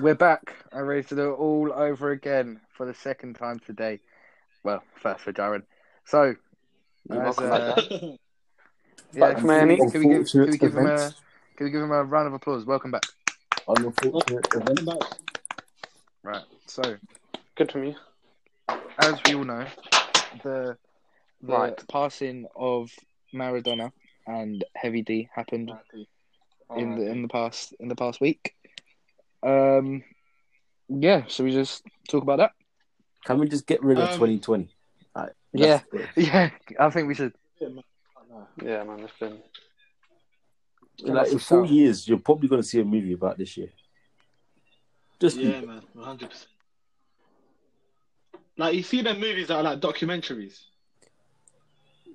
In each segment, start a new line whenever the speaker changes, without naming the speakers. We're back, and ready to do it all over again for the second time today. Well, first for Darren. So,
You're
as,
welcome.
uh, yeah,
Back
can
from any
we- can we give- can we
unfortunate
give him a
event.
can we give him a round of applause? Welcome back.
uh, Unfortunate event.
Right. So,
Good from you.
as we all know, the the
Right.
passing of Maradona and Heavy D happened in the in the past in the past week. Um, yeah. Should we just talk about that?
Can we just get rid of
Um,
2020? Like,
Yeah.
that's it.
Yeah, I think we should.
Yeah, man, it's been.
Like, in four years, you're probably going to see a movie about this year. Just
Yeah, man, one hundred percent. Like you see them movies that are like documentaries,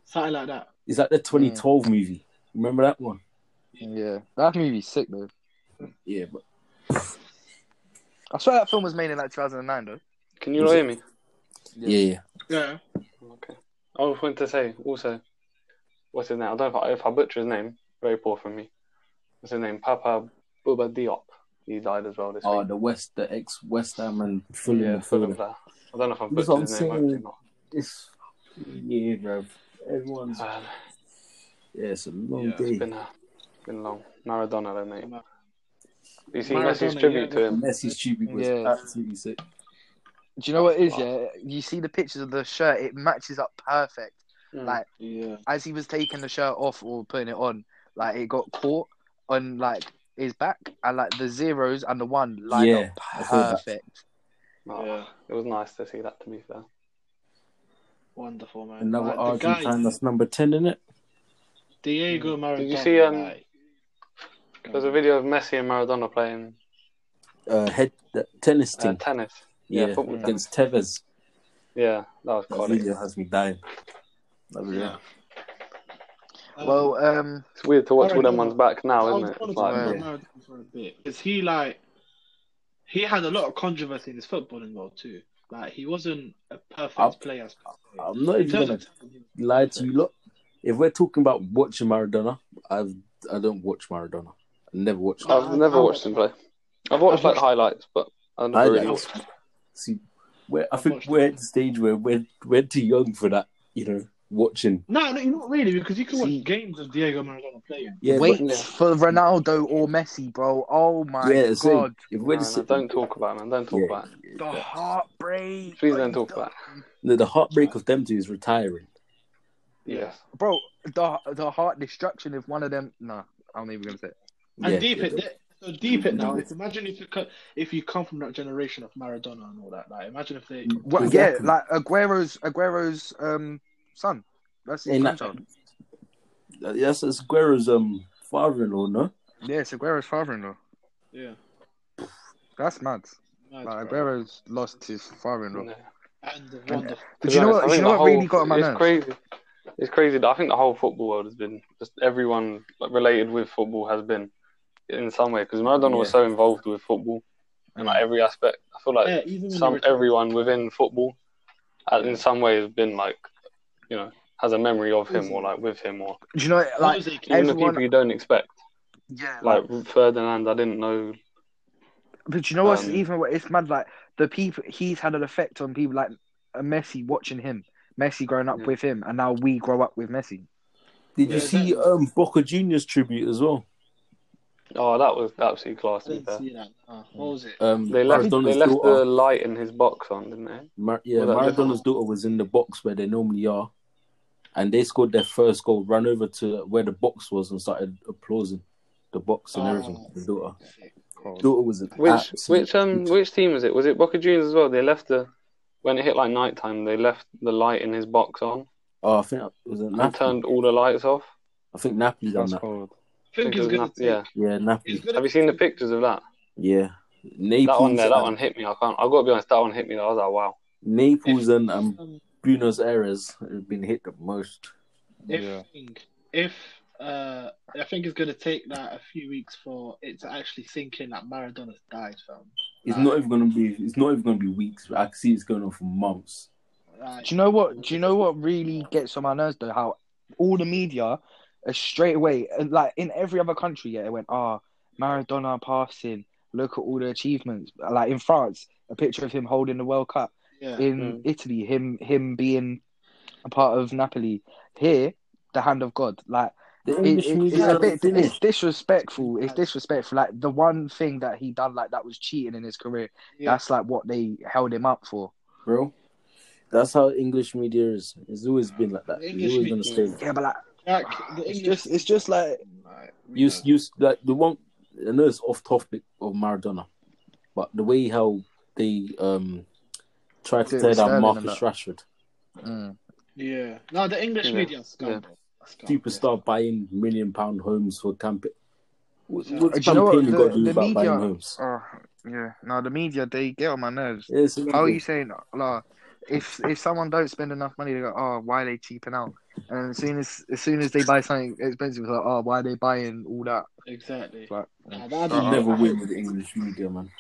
something like that.
is that the 2012 movie? Remember that one?
Yeah, that movie's sick though.
Yeah, but
I swear that film was made in like 2009 though.
Can you
Is
hear me?
yeah, yeah.
Yeah.
Okay. I was going to say also, what's his name? I don't know if I, if I butcher his name. Very poor from me. What's his name? Papa Bouba Diop. He died as well this
Oh,
week.
the West, the ex West Ham and Fulham.
Yeah,
and Fulham.
Fulham player. I don't know if I'm
That's what
butchering his
I'm
name. Hopefully
saying.
not.
It's yeah, bro. Everyone's yeah,
Uh,
it's a long
Yeah,
day.
it's been, uh, been long. Maradona, then, mate. Do you see
Maradona,
Messi's tribute
yeah.
to him?
Messi's tribute was
Yeah.
absolutely sick.
Do you know what it is? Yeah, you see the pictures of the shirt; it matches up perfect.
Mm.
Like-
Yeah.
As he was taking the shirt off or putting it on, like it got caught on like his back, and like the zeros and the one lined
Yeah, I
up
saw that.
perfect.
Oh,
Yeah.
It was nice to see that, to be fair.
Wonderful man.
Another
like, the
Argentine
guy,
that's number ten in it. Mm.
Diego Maradona.
Did you see, um,
like,
There's a video of Messi and Maradona playing
Uh, head the tennis
uh,
team.
tennis.
yeah,
yeah, football
against Tevez.
Yeah, that was
That
quality.
video has me dying. That was
Yeah. Um,
Well, um,
It's weird to watch
Alright,
all them
cool.
ones back
I
now,
was
isn't it?
gonna
It's
talk
like,
Yeah.
about Maradona for a bit because he like he had a lot of controversy in his footballing world too. Like he wasn't a perfect
I'll-
player.
I'm not
In
even
terms
gonna
of-
lie to you. Look, if we're talking about watching Maradona, I've I don't watch Maradona. I never watched.
Oh,
him.
I've never watched him play. I've watched like highlights, but I never really
Highlights.
watched.
See, we're, I
I've
think
watched
we're
him.
at the stage where we're we're too young for that. You know, watching.
No, no, you're not really, because you can watch
See-
games of Diego Maradona playing.
Yeah,
wait
but-
yeah.
for Ronaldo or Messi, bro. Oh my
yeah. same.
god,
if we're
No,
just
no, don't talk about it, man. Don't talk
Yeah.
about it.
the heartbreak.
Please don't talk about it.
No, the heartbreak of them two is retiring.
Yes.
bro. The the heart destruction if one of them. Nah, I'm not even gonna say. It.
And
Yeah,
deep
yeah,
it,
yeah.
so deep it
Mm-hmm.
now. It's, imagine if you co- if you come from that generation of Maradona and all that. Like, imagine if they.
Well,
Exactly.
yeah, like Aguero's Aguero's um son. That's his
And that-
grandchild.
Uh, Yes, it's Guerra's um father-in-law. No,
Yeah, it's Aguero's father-in-law.
Yeah.
That's mad.
Mad,
Like,
bro.
Aguero's lost his father-in-law.
No.
and the wonderful.
But you know what?
I
You
think
know
the
what
whole-
really got on my
it's
nerves?
crazy. It's crazy. that I think the whole football world has been just everyone like, related with football has been in some way because Maradona was
Yeah.
so involved with football in like every aspect. I feel like
yeah, even when
some
they were-
everyone within football uh, in some way has been like you know has a memory of him or like with him or
Do you know like
Jose
even
King-
the
Everyone-
people you don't expect
yeah? Like,
like Ferdinand I didn't know
but you know what's
um,
even what it's mad? Like the people he's had an effect on people like uh, Messi watching him, Messi growing up
Yeah.
with him, and now we grow up with Messi.
did
Yeah,
you see
that-
um Boca Juniors tribute as well?
oh that was absolutely class
I
to be
didn't
fair. Mm.
see that. Uh, what was it?
Um,
they left they
Maradona's
left the
daughter,
light in his box on didn't they
Mar- yeah,
well, that-
Maradona's daughter was in the box where they normally are, and they scored their first goal, ran over to where the box was, and started applauding the box and
Oh.
everything. The daughter,
Cold.
daughter was an
Ah. which
absolute-
which um which team was it was it Boca Juniors as well they left the when it hit like night time they left the light in his box on
Oh, I think it was it
and
Napoli.
turned all the lights off
I think Napoli done
That's
that.
cold.
I think
It
he's
was
gonna.
not- yeah
Yeah,
he's
Napoli.
gonna-
have you seen the pictures of that
Yeah, Naples.
that one there that
and-
one hit me I can't I've got to be honest that one hit me I was like wow
Naples and um,
Um,
Buenos Aires have been hit the most.
if
Yeah.
if uh, I think it's gonna take like a few weeks for it to actually sink in that Maradona's died, fam.
It's
Nah.
not even gonna be. It's not even gonna be weeks. But I can see it's going on for months.
Like,
Do you know what? Do you know what really gets on my nerves though? How all the media are straight away, and, like in every other country, yeah, it went, ah, Maradona passing, Look at all the achievements. Like in France, a picture of him holding the World Cup.
Yeah. Mm.
In Italy, him him being a part of Napoli. Here, the hand of God. Like
The
it-
English
it-
media
it's, a bit,
don't
it's
finish.
disrespectful. It's disrespectful. Like the one thing that he done like that was cheating in his career.
Yeah.
That's like what they held him up for.
bro. That's how English media is. It's always been like that.
English
It's always gonna
media.
stay.
Yeah, but like
Like, the
Ah, it's
English,
just it's just like
Like,
You, you, like the one. I know it's off topic of Maradona, but the way how they um tried
Yeah,
to tear
Sterling
down
and
Marcus
that.
Rashford,
mm,
yeah. No, the English
Yeah.
media scum.
Yeah.
bro. That's scum.
superstar buying million pound homes for campaign. What,
Do
what
you
know what?
campaign you
The-
got to do
the
about
media-
buying homes?
oh yeah. No, the media they get on my nerves.
Yes,
How are you saying like if if someone don't spend enough money, they go, oh, why are they cheaping out? And as soon as as soon as they buy something expensive, it's like, oh, why are they buying all that?
Exactly.
Like,
Nah, that'd be
Uh-uh.
never win with the English media, man.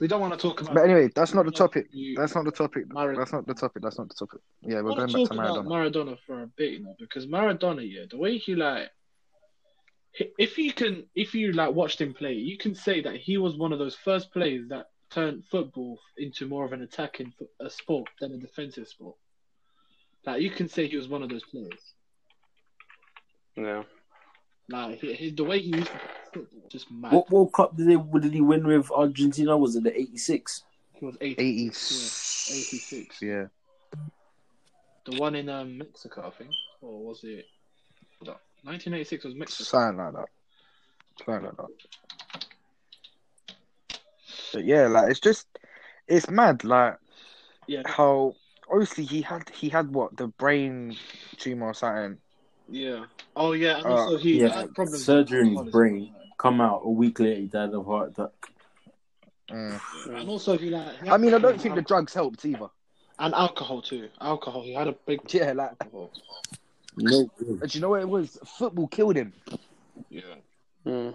We don't want to talk about.
But anyway, that's not the topic.
You-
That's not the topic.
Maradona.
That's not the topic. That's not the topic. Yeah, we're
I want
going
to
back
talk
to
about
Maradona.
Maradona for a bit, you know, because Maradona, yeah, the way he like, i- if you can, if you like watched him play, you can say that he was one of those first players that turned football into more of an attacking fo- a sport than a defensive sport. Like you can say he was one of those players.
Yeah.
Like he, he, the way he used to play football, was just mad.
What World Cup did they? What did he win with Argentina? Was it the '86?
He was 80,
86.
Yeah, 86.
Yeah.
The one in um, Mexico, I think, or was it? No, 1986 was Mexico.
Something like that. Something like that. But yeah, like it's just it's mad, like
Yeah,
how obviously he had he had what, the brain tumor or something.
Yeah. Oh yeah, and
Uh,
also he
yeah,
had problems.
surgery in his
with
brain. Come out a week later, he died of heart attack.
Mm.
And also he like he
I mean I don't
had- um,
think the drugs helped either.
and alcohol too. Alcohol. He had a big
Yeah, like
alcohol.
No,
do you know what it was? Football killed him.
Yeah.
Mm.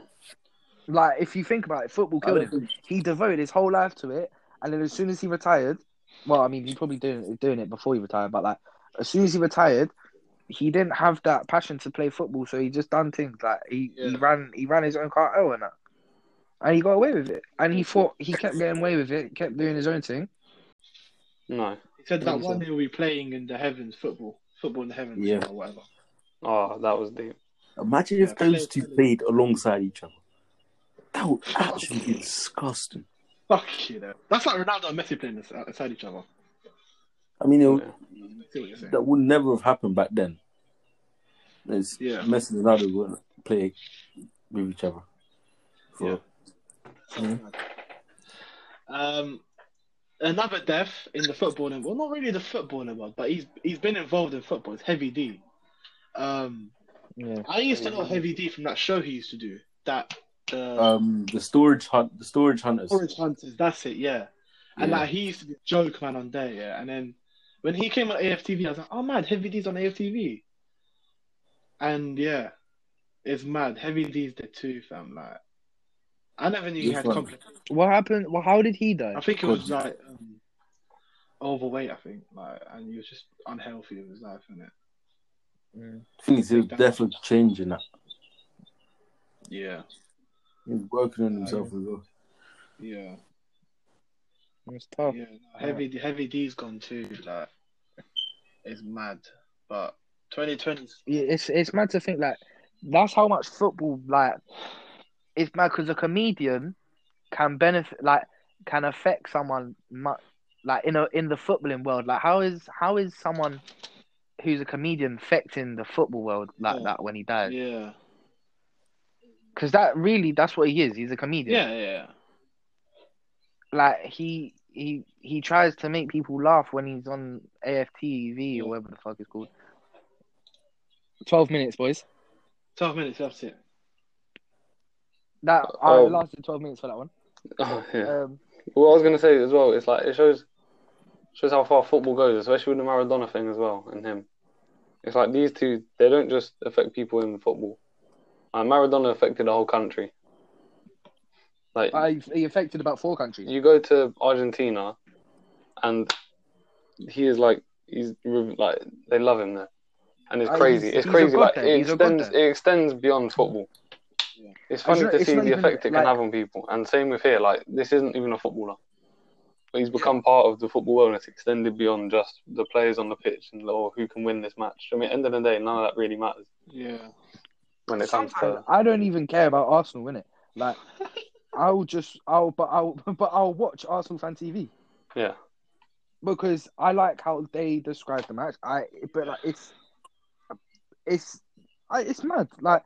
Like if you think about it, football
I
killed
don't
him.
think-
He devoted his whole life to it and then as soon as he retired well, I mean he probably doing doing it before he retired, but like as soon as he retired he didn't have that passion to play football, so he just done things like he, he
Yeah.
ran he ran his own cartel and that, and he got away with it. And he thought he kept getting away with it, kept doing his own thing.
No.
He said that
Think so.
one day he'll be playing in the heavens football. Football in the heavens
Yeah.
or whatever.
Oh, that was deep.
Imagine
Yeah,
if those
play-
two
play-
played alongside each other. That would actually be disgusting.
Fuck you know. That's like Ronaldo and Messi playing this- outside each other.
I mean, it, would-
Yeah.
Mm.
I see what you're saying.
that would never have happened back then. It's
Yeah.
Messi and Ronaldo wouldn't play with each other. For,
Yeah. Um another death in the footballing well not really the footballing world, but he's he's been involved in football, it's heavy D. Um
Yeah.
I used to know Heavy D from that show he used to do. That uh,
Um, the storage hunt, the storage hunters.
Orange Hunters. That's it, yeah. And
Yeah.
like he used to be a joke man on there, yeah. And then when he came on AFTV, I was like, oh man, Heavy D's on AFTV. And yeah, it's mad. Heavy D's the two fam. Like I never knew he
Which
had
one?
complications.
What happened? Well, how did he
I
die?
think it was
God.
like um, overweight. I think like, and he was just unhealthy with his life, innit?
Mm.
I think he's definitely changing that.
Yeah,
He's working on himself as well.
yeah,
It's
Oh.
tough.
yeah. Heavy D, Heavy D's gone too. Like it's mad, but 2020 's
Yeah, it's it's mad to think like that's how much football like it's mad because a comedian can benefit like can affect someone much like in a in the footballing world like how is how is someone who's a comedian affecting the football world like
Yeah.
that when he dies
Yeah.
because that really that's what he is he's a comedian
Yeah, yeah.
like he he he tries to make people laugh when he's on AFTV
Yeah.
or whatever the fuck it's called. Twelve minutes, boys.
12 minutes, that's it.
That I
Um,
lasted twelve minutes for that one.
Oh, yeah.
Um,
What I was going to say as well, it's like it shows shows how far football goes, especially with the Maradona thing as well, and him. It's like these two, they don't just affect people in football. Like Maradona affected the whole country. Like
I, he affected about four countries.
you go to Argentina, and he is like he's re- like they love him there, and it's
Uh,
crazy.
he's-
it's
he's a
crazy.
god
Like
there.
it
He's a god
extends
there.
it extends beyond football.
Yeah.
It's
It's
funny
not-
to
it's
see
not
the
even,
effect it
like-
can have on people. And same with here, like this isn't even a footballer. But he's become part of the football world and it's extended beyond just the players on the pitch and or who can win this match. I mean end of the day, none of that really matters
Yeah.
when it comes
Sometimes
to
I don't even care about Arsenal, innit? Like, I'll just, I'll, but I'll, but I'll watch Arsenal fan TV
Yeah.
because I like how they describe the match. I, but like, it's, it's, I, it's mad. Like,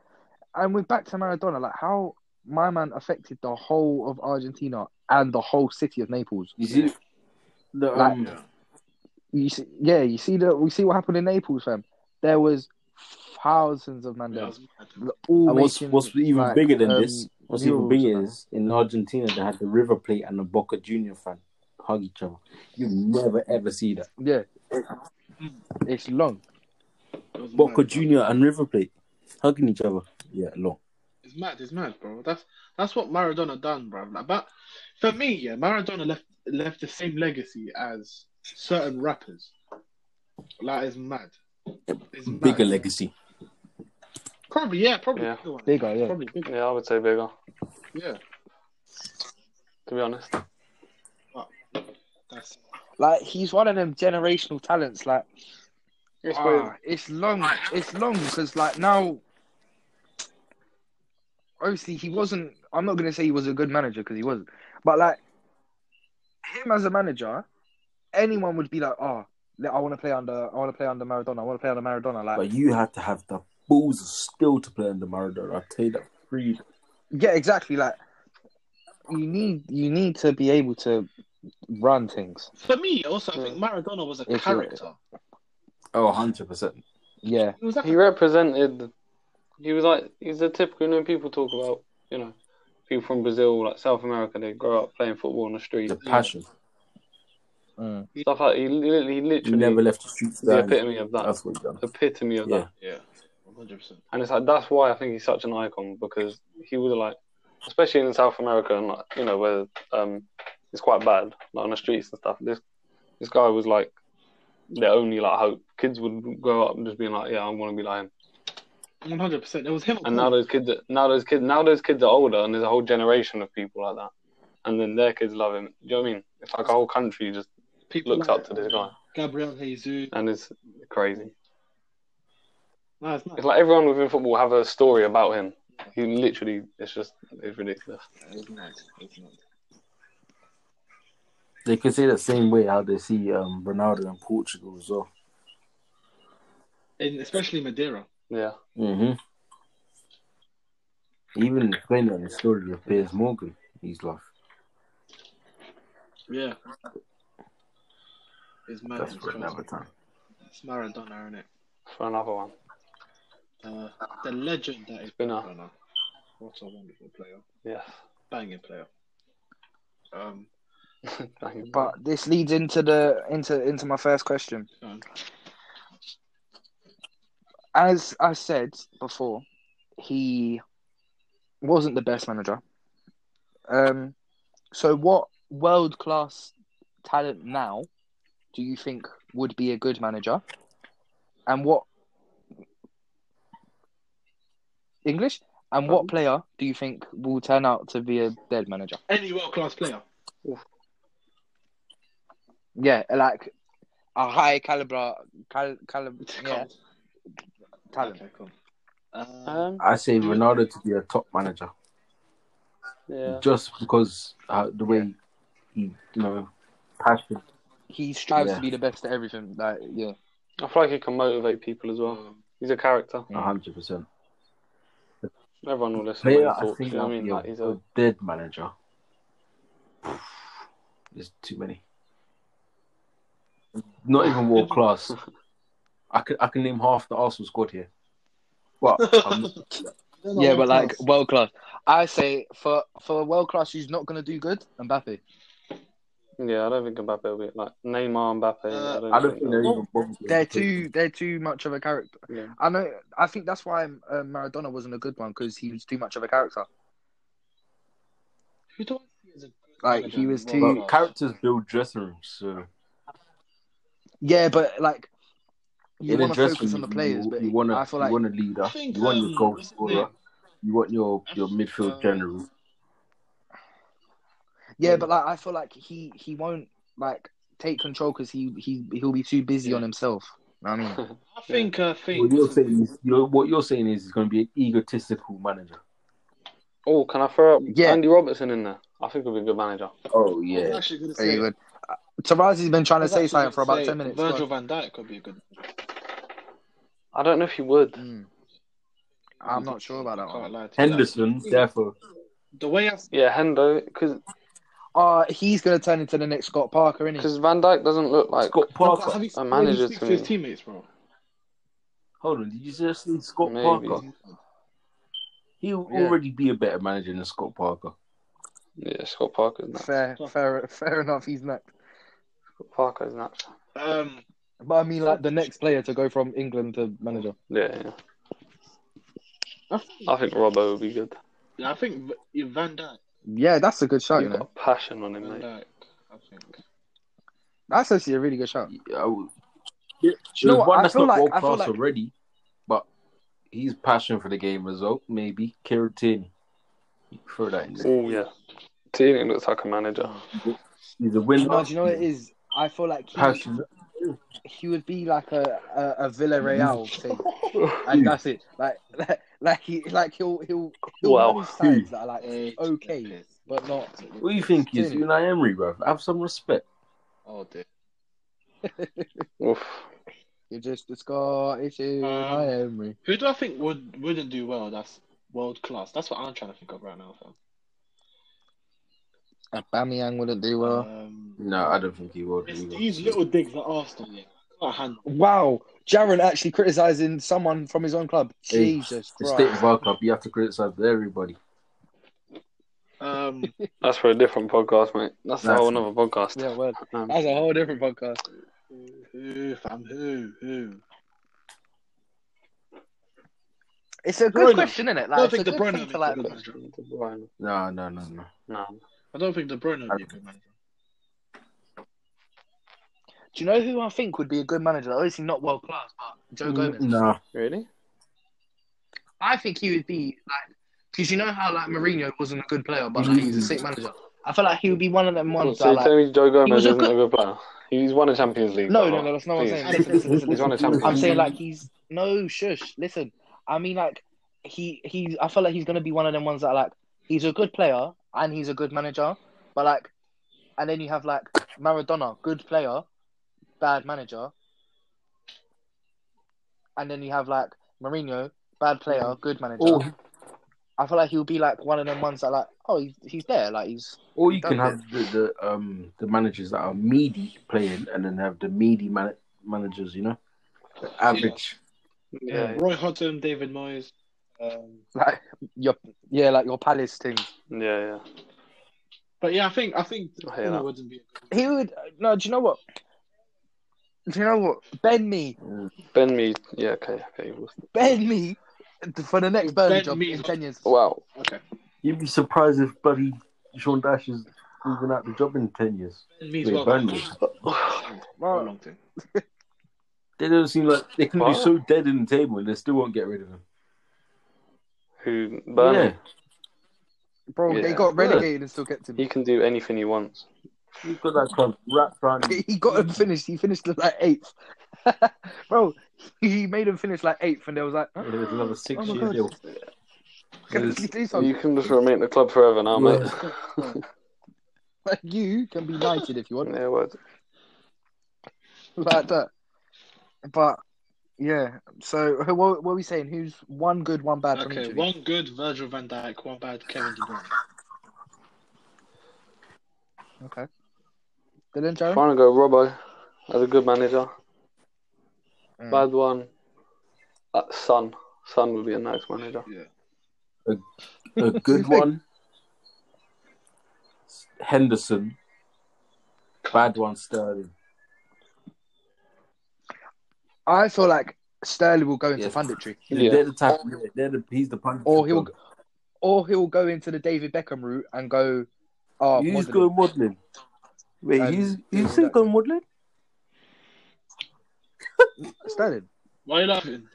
and we're back to Maradona. Like, how my man affected the whole of Argentina and the whole city of Naples.
You see, the,
Like-
um,
You see, yeah, you see the, we see what happened in Naples, fam. There was thousands of man
Yeah,
there.
that's mad.
All
and what's,
making,
what's even
like,
bigger than
um,
this? What's even
murals
bigger
and that.
is in Argentina they had the River Plate and the Boca Junior fan hug each other. You never ever see that.
Yeah, it's long.
That was
Boca
mad, bro.
Junior and River Plate hugging each other. Yeah, long.
It's mad. It's mad, bro. That's that's what Maradona done, bro. Like, but for me, yeah, Maradona left left the same legacy as certain rappers. Like, it's mad. It's mad.
Bigger legacy.
Probably, yeah, probably
Yeah.
bigger. One.
Bigger, yeah.
Probably bigger.
Yeah, I would say bigger,
Yeah,
to be honest.
that's
Like he's one of them generational talents. Like
It's
ah,
weird.
it's long, it's long because like now, obviously he wasn't. I'm not gonna say he was a good manager because he wasn't, but like him as a manager, anyone would be like, oh, li- I want to play under, I want to play under Maradona, I want to play under Maradona. Like
But you had to have the balls of skill to play under Maradona. I tell you that freedom.
yeah, exactly. Like you need, you need to be able to run things.
for me. Also, I think Maradona was a
If you-
character.
Oh, 100%.
Yeah,
He was like,
He represented he was like he's the typical you know people talk about, you know, people from Brazil, like South America, they grow up playing football on the street.
The passion.
Mm.
Stuff like he literally he
You
literally
never left the streets
the
behind.
epitome of that.
That's what you done.
Epitome of
Yeah.
that.
yeah, one hundred percent.
And it's like that's why I think he's such an icon because he was like, especially in South America and like you know where um it's quite bad like on the streets and stuff. This this guy was like their only like hope. Kids would grow up just being like, yeah, I want to be like him.
One hundred percent. It was him.
And now those kids, now those kids, now those kids are older, and there's a whole generation of people like that. And then their kids love him. Do you know what I mean? It's like a whole country just
people
looks
like
up to this guy,
Gabriel Jesus.
and it's crazy.
No, it's not.
It's like everyone within football have a story about him. He literally, it's just, it's ridiculous.
It's not. It's not.
They could say the same way how they see um, Ronaldo in Portugal as well.
And especially Madeira.
Yeah.
Mm-hmm. Even playing on the story of Piers Morgan, he's like,
Yeah. It's mad.
that's
it's
for
crazy.
another time.
It's Maradona, isn't it?
for another one.
Uh, the legend that is
Spinner.
Maradona. What a wonderful player.
Yes.
Banging player. Um,
but this leads into the into into my first question.
um,
as I said before, he wasn't the best manager. Um, so what world class talent now do you think would be a good manager? And what English? And what player do you think will turn out to be a dead manager?
any world class player.
Yeah, like a high caliber, cal- caliber yeah,
Come.
talent. Uh,
Okay, cool. Um,
um,
I say Ronaldo to be a top manager
yeah.
just because uh, the way he, you know, passion.
He strives
Yeah.
to be the best at everything. Like, yeah.
I feel like he can motivate people as well.
um,
He's a character.
Yeah.
100%.
Everyone will listen to
Player,
his
I
thoughts. You
think
know
I'll
what I mean?
be
Like,
a,
he's
a
a,
dead manager. There's too many. Not even world class. I can I can name half the Arsenal squad here. Well, I'm,
Yeah, but like world class. I say for for world class, who's not gonna do good, Mbappe.
yeah, I don't think Mbappe will be like Neymar, Mbappe. I don't,
Uh, I don't think
think
they're
they'll-
even bothered.
They're too they're too much of a character.
Yeah.
I know. I think that's why um, Maradona wasn't a good one because he was too much of a character.
Who do I see as a good
Like,
manager
he
in
was
world
too-
But
class?
characters build dressing rooms, so
Yeah, but like you
in a
want to
dressing
focus
room,
on the players,
you,
but
you want
I
a
feel
you
like
want a leader,
I think,
you want
um,
your goal
what's his name?
scorer, You want your your
Uh,
midfield general.
Yeah, but like I feel like he he won't like take control because he he he'll be too busy on himself. Know what I mean,
I think uh, I think
What you're saying is you're, what you're saying is he's going to be an egotistical manager.
Oh, can I throw up
Yeah.
Andy Robertson in there? I think he'll be a good manager.
Oh
I was
yeah,
actually gonna
very
say-
good. Tarazi's been trying to
I was
say
actually
something for
gonna
about
say
ten minutes.
Virgil
Go
Van Dijk could be a good.
I don't know if he would.
on. Mm. I'm not sure about that
Can't
one.
lie to you.
Henderson. Therefore,
The way I
Yeah, Hendo,
Oh, he's gonna turn into the next Scott Parker, isn't he?
because Van Dyke doesn't look like.
Scott Parker.
have you
a
seen when
manager to
he speaks to his
me.
teammates, bro?
Hold on, did you just see Scott
Maybe.
Parker? He'll
Yeah.
already be a better manager than Scott Parker.
Yeah, Scott Parker's not.
Fair, fair, fair enough. He's next.
Scott Parker's not.
Um,
But I mean, like the next player to go from England to manager.
Yeah, yeah.
I think,
I think Robbo would be good.
I think V- Van Dijk.
Yeah, that's a good shot. You
You've
know,
got a passion on him,
Van
mate.
Dijk. I think.
that's actually a really good shot.
Yeah, I would- There's
You know what,
one
I
that's
feel
not
like-
world
I feel
class
like-
already, but he's passion for the game as well. Maybe Kiratini. You Throw that in there.
Oh yeah, Tierney looks like a manager.
He's a
Do
winner.
you know, do you know what it is? I feel like he,
Passion.
he would be like a a, a Villarreal thing, and that's it. Like, like, like he, like he'll he'll he'll
Wow.
manage sides that are like okay, but not.
What do you think is
Tierney.
Unai Emery, bro? Have some respect.
Oh dear.
Oof.
You're just a Scottish Unai Emery.
Who do I think would wouldn't do well? That's world class. That's what I'm trying to think of right now, fam.
Aubameyang wouldn't do well.
Um,
No, I don't think he will.
it's these little digs at Arsenal. Yeah, I can't handle.
Wow, Jaron actually criticizing someone from his own club.
Hey,
Jesus
The state
Christ!
of our club, you have to criticize everybody.
Um,
That's for a different podcast, mate. That's a
That's-
whole another podcast.
Yeah, well,
Um,
that's a whole different podcast.
who, fam? Who? Who?
It's a
Bruyne.
good question, isn't it?
I
Like,
don't
it's a
think
good
De Bruyne
thing
would
to
be
like.
good.
No, no, no, no.
no.
I don't think De Bruyne would be a good manager.
Do you know who I think would be a good manager? Obviously, not world class, but Joe Gomez.
No.
Really?
I think he would be like because you know how like Mourinho wasn't a good player, but like, he's a sick manager. I feel like he would be one of them ones
So
that
you
like.
tell me Joe Gomez
was a
isn't
good-
a good player? He's won a Champions League.
No, no,
though.
no, that's not what I'm
Please.
saying. Listen, listen, listen,
He's
listen.
won a Champions
I'm
League.
saying like he's no shush. Listen, I mean like he he. I feel like he's gonna be one of them ones that like he's a good player and he's a good manager, but like, and then you have like Maradona, good player, bad manager, and then you have like Mourinho, bad player, good manager.
Or,
I feel like he'll be like one of them ones that like oh he's he's there like he's
or you
Don't
can have the, the um the managers that are meaty playing, and then have the meaty man- managers. You know, the average.
Yeah,
Roy Hodgson, David Moyes. Um,
like your yeah like your Palace team.
yeah, yeah.
but yeah, I think I think De
I hear that.
Bruyne wouldn't be. A
He would no. Do you know what? Do you know what? Bend me,
Ben Mead. Yeah, okay, okay.
bend me for the next Burnley
Bend
job
me.
in ten years.
Wow.
good... Okay.
You'd be surprised if Buddy Sean Dash is moving out the job in ten years.
Ben Mead's
Wait,
well.
Burnley.
Oh.
For a long time.
They don't seem like they can be
What?
so dead in the table, and they still won't get rid of him.
Who Burnley?
Yeah,
bro,
Yeah.
they got relegated and still kept him.
He can do anything he wants.
you've got that club wrapped around.
He got him finished. He finished like eighth, bro. He made him finish like eighth, and there was like,
Yeah, there's another six
Oh my
year
God.
deal.
can
Yes.
you do
You
something?
can just remain at the club forever now, mate.
Like, you can be knighted if you want,
yeah, word.
like that. But yeah, so who- what, what are we saying? Who's one good, one bad? from each
Okay,
of
one good Virgil van Dijk, one bad Kevin De Bruyne.
you? Okay. Dylan, Jared?
Trying to go Robbo as a good manager.
Hmm. Mm.
Bad one. Uh, Son. Son would be a nice manager.
Yeah.
A good one. Henderson. Bad one, Sterling.
I feel like Sterling will go into
Yes.
punditry,
Yeah.
They're the type. They're the, he's the punch.
or he'll, or he'll go into the David Beckham route and go. Oh,
he's
modelling.
going modelling. Wait,
Um,
he's
yeah,
he's still
that-
going modelling.
Sterling.
Why are you laughing?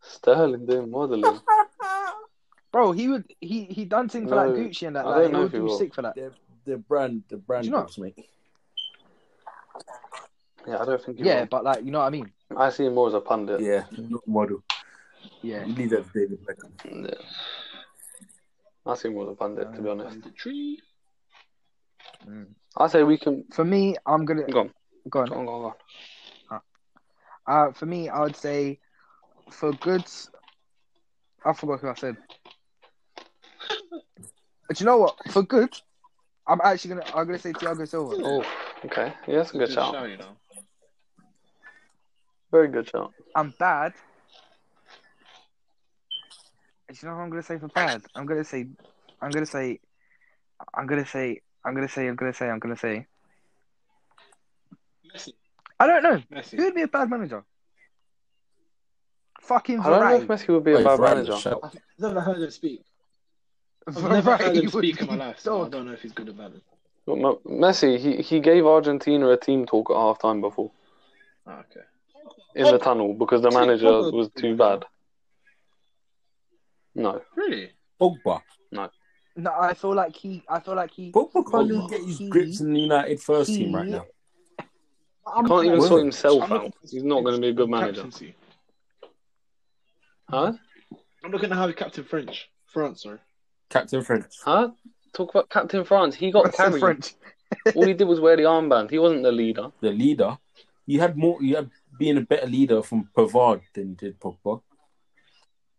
Sterling doing modelling.
Bro, he would he he done things for
No,
like Gucci and that.
I
Like,
don't
he
know
would
if he
do
will.
sick for that.
The, the brand, the brand
Do you know-
books, mate.
Yeah, I don't think. He
Yeah,
yeah,
but like you know what I mean.
I see him more as a pundit.
Yeah, not model.
Yeah,
You leave that to David Beckham.
Yeah. I see him more as a pundit, to
Um,
be honest.
And the tree.
Mm.
I say we can
for me, I'm gonna
go on,
go on.
go on, go on. Go on.
Uh, for me, I would say for goods. I forgot who I said. But you know what? For good, I'm actually gonna I'm gonna say Thiago Silva.
Oh, okay. Yeah, that's a good,
Good
shout.
shout, you know.
Very good shout.
I'm bad. Do you know what I'm gonna say for bad? I'm gonna say, I'm gonna say, I'm gonna say, I'm gonna say, I'm gonna say, I'm gonna say.
Messi,
I don't know. Who
Messi.
would be a bad manager? Fucking
I don't know if
Varane.
Messi would be a
Wait,
bad
Varane,
manager.
shout.
I've never heard him speak. I've never heard
Varane
him
would
speak in my
be
life, so I
dog.
don't know if he's good or bad.
But M- Messi, he, he gave Argentina a team talk at half time before
Ah, okay.
in the tunnel because the manager was too bad. No,
Really?
Pogba.
No, I feel like he. I feel like he.
Pogba can't even
Pogba.
get his
He-
grips in the United first team right
he-
now.
I'm
can't even
Word.
sort himself
I'm
out.
looking-
He's not going to be a good manager,
Captaincy.
huh?
I'm looking at how he captained French. France, sorry.
Captain French.
Huh? Talk about Captain France. He got
That's so
carried.
French.
All he did was wear the armband. He wasn't the leader.
the leader, you had more. You had being a better leader from Pavard than you did Pogba.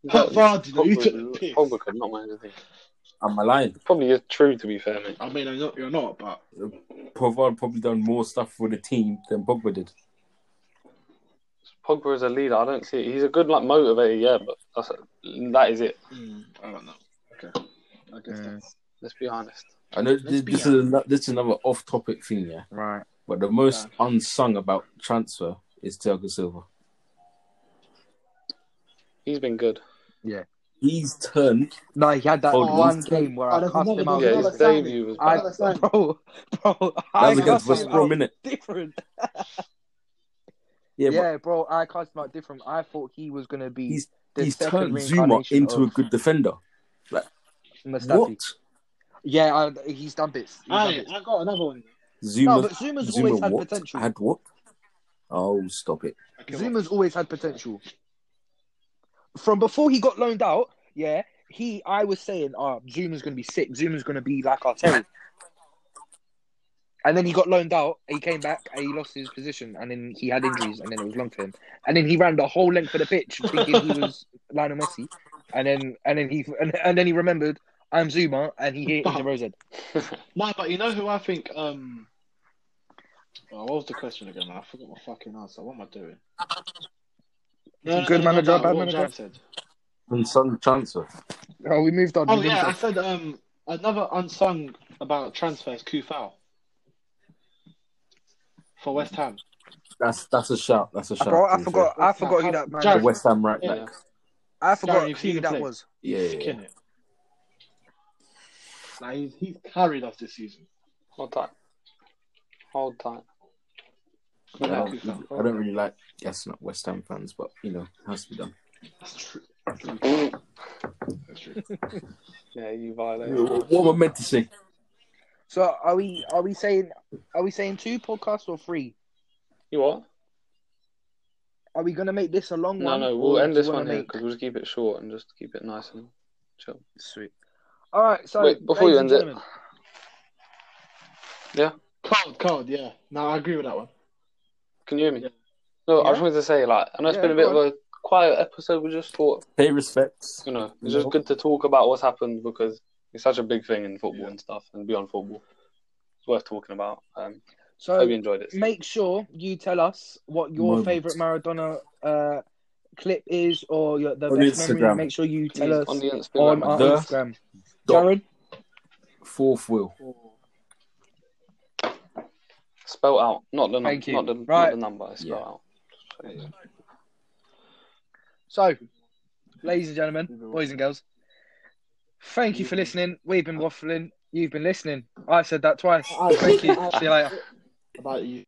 Exactly. Vardy, though, you
Pogba-
took the piss.
Pogba could not manage the team.
Am I lying?
Probably is true, to be fair, mate.
I mean, I'm not, you're not, but
Pavard probably done more stuff for the team than Pogba did.
Pogba is a leader. I don't see it. He's a good like motivator, yeah, but that's, that is it.
mm, I don't know. Okay. I guess
Mm.
that's.
Let's be honest.
I know
Let's
this,
be
this is ano- this is another off-topic thing, yeah.
Right.
But the most unsung about transfer is Thiago Silva.
He's been good.
He's turned.
No, he had that
Hold
one
on.
game where
Oh,
I
that's
cussed
another
him
Oh,
out.
game.
yeah,
no,
his
that's Sandy.
debut was
I,
bad.
that's-
bro, bro,
That
I
was against
cussed
West
him out
Brom, innit?
different.
Yeah,
Yeah,
yeah,
bro, I cast him out different. I thought he was gonna be
He's-
the
but he's
second
turned Zuma
reincarnation
into a
of
good defender.
Mustafi.
What?
Yeah, I, he's done bits. He's done
I,
bits.
I got another one.
Zuma,
no, but Zuma's
Zuma
always had
what?
potential.
Had what? Oh, stop it.
Okay,
Zuma's always had potential. From before he got loaned out, yeah, he I was saying, oh, Zuma's gonna be sick. Zuma's gonna be like Arteta. and then he got loaned out. He came back. And he lost his position, and then he had injuries, and then it was long for him. And then he ran the whole length of the pitch, thinking he was Lionel Messi. And then and then he and, and then he remembered I'm Zuma, and he
Oh.
hit the rose head.
No, but you know who I think. Um, oh, what was the question again, man? I forgot my fucking answer. What am I doing?
Good manager,
about
bad
what
manager?
Jared Said.
Unsung transfer.
Oh, we moved on.
Oh
We've
yeah, I
been-
said um another unsung about transfers. Kufal for West Ham.
That's that's a shout. That's a shout.
bro,
to
I
be
forgot. I
What's
forgot
that?
who that man.
fair.
Jared-
The West Ham right
Yeah.
back.
I forgot
Darren, you've seen
who
him
that
play.
was.
Yeah,
He's
yeah, yeah.
killing it. Like he's, he's carried us this season.
Hold tight. Hold tight.
I don't,
Kufal.
I don't really like. Yes, not West Ham fans, but you know, it has to be done.
That's true. That's true. That's true.
Yeah, you violated.
What am I meant to say?
So are we? Are we saying? Are we saying two podcasts or three?
You what?
Are we gonna make this a long
No,
one?
no,
or
we'll
do
end
you
this
wanna
one here
make-
because we'll just keep it short and just keep it nice and chill.
Sweet. All right. So
Wait, before you
ladies and
end it-
gentlemen,
Cold, cold. Yeah. No, I agree with that one.
Can you hear me?
Yeah.
No, I
Yeah?
just wanted to say, like, I know it's
Yeah,
been a
go
bit of a quiet episode. We just thought,
Pay respects.
you know, it's
No.
just good to talk about what's happened because it's such a big thing in football and stuff and beyond football. It's worth talking about. Um, hope you
so
enjoyed it.
make sure you tell us what your
Moment.
favorite Maradona uh, clip is or your, the
On
best memory.
Instagram.
Make sure you tell
Please,
us
on the Instagram.
on our
The-
Instagram.
Dot.
Jared,
Fourth wheel.
Spell out, not the number,
Thank you.
not the,
Right.
not the number. Spell
Yeah.
out.
So, ladies and gentlemen, boys and girls, thank you for listening. We've been waffling. You've been listening. I said that twice. Thank you. See you later.
About you.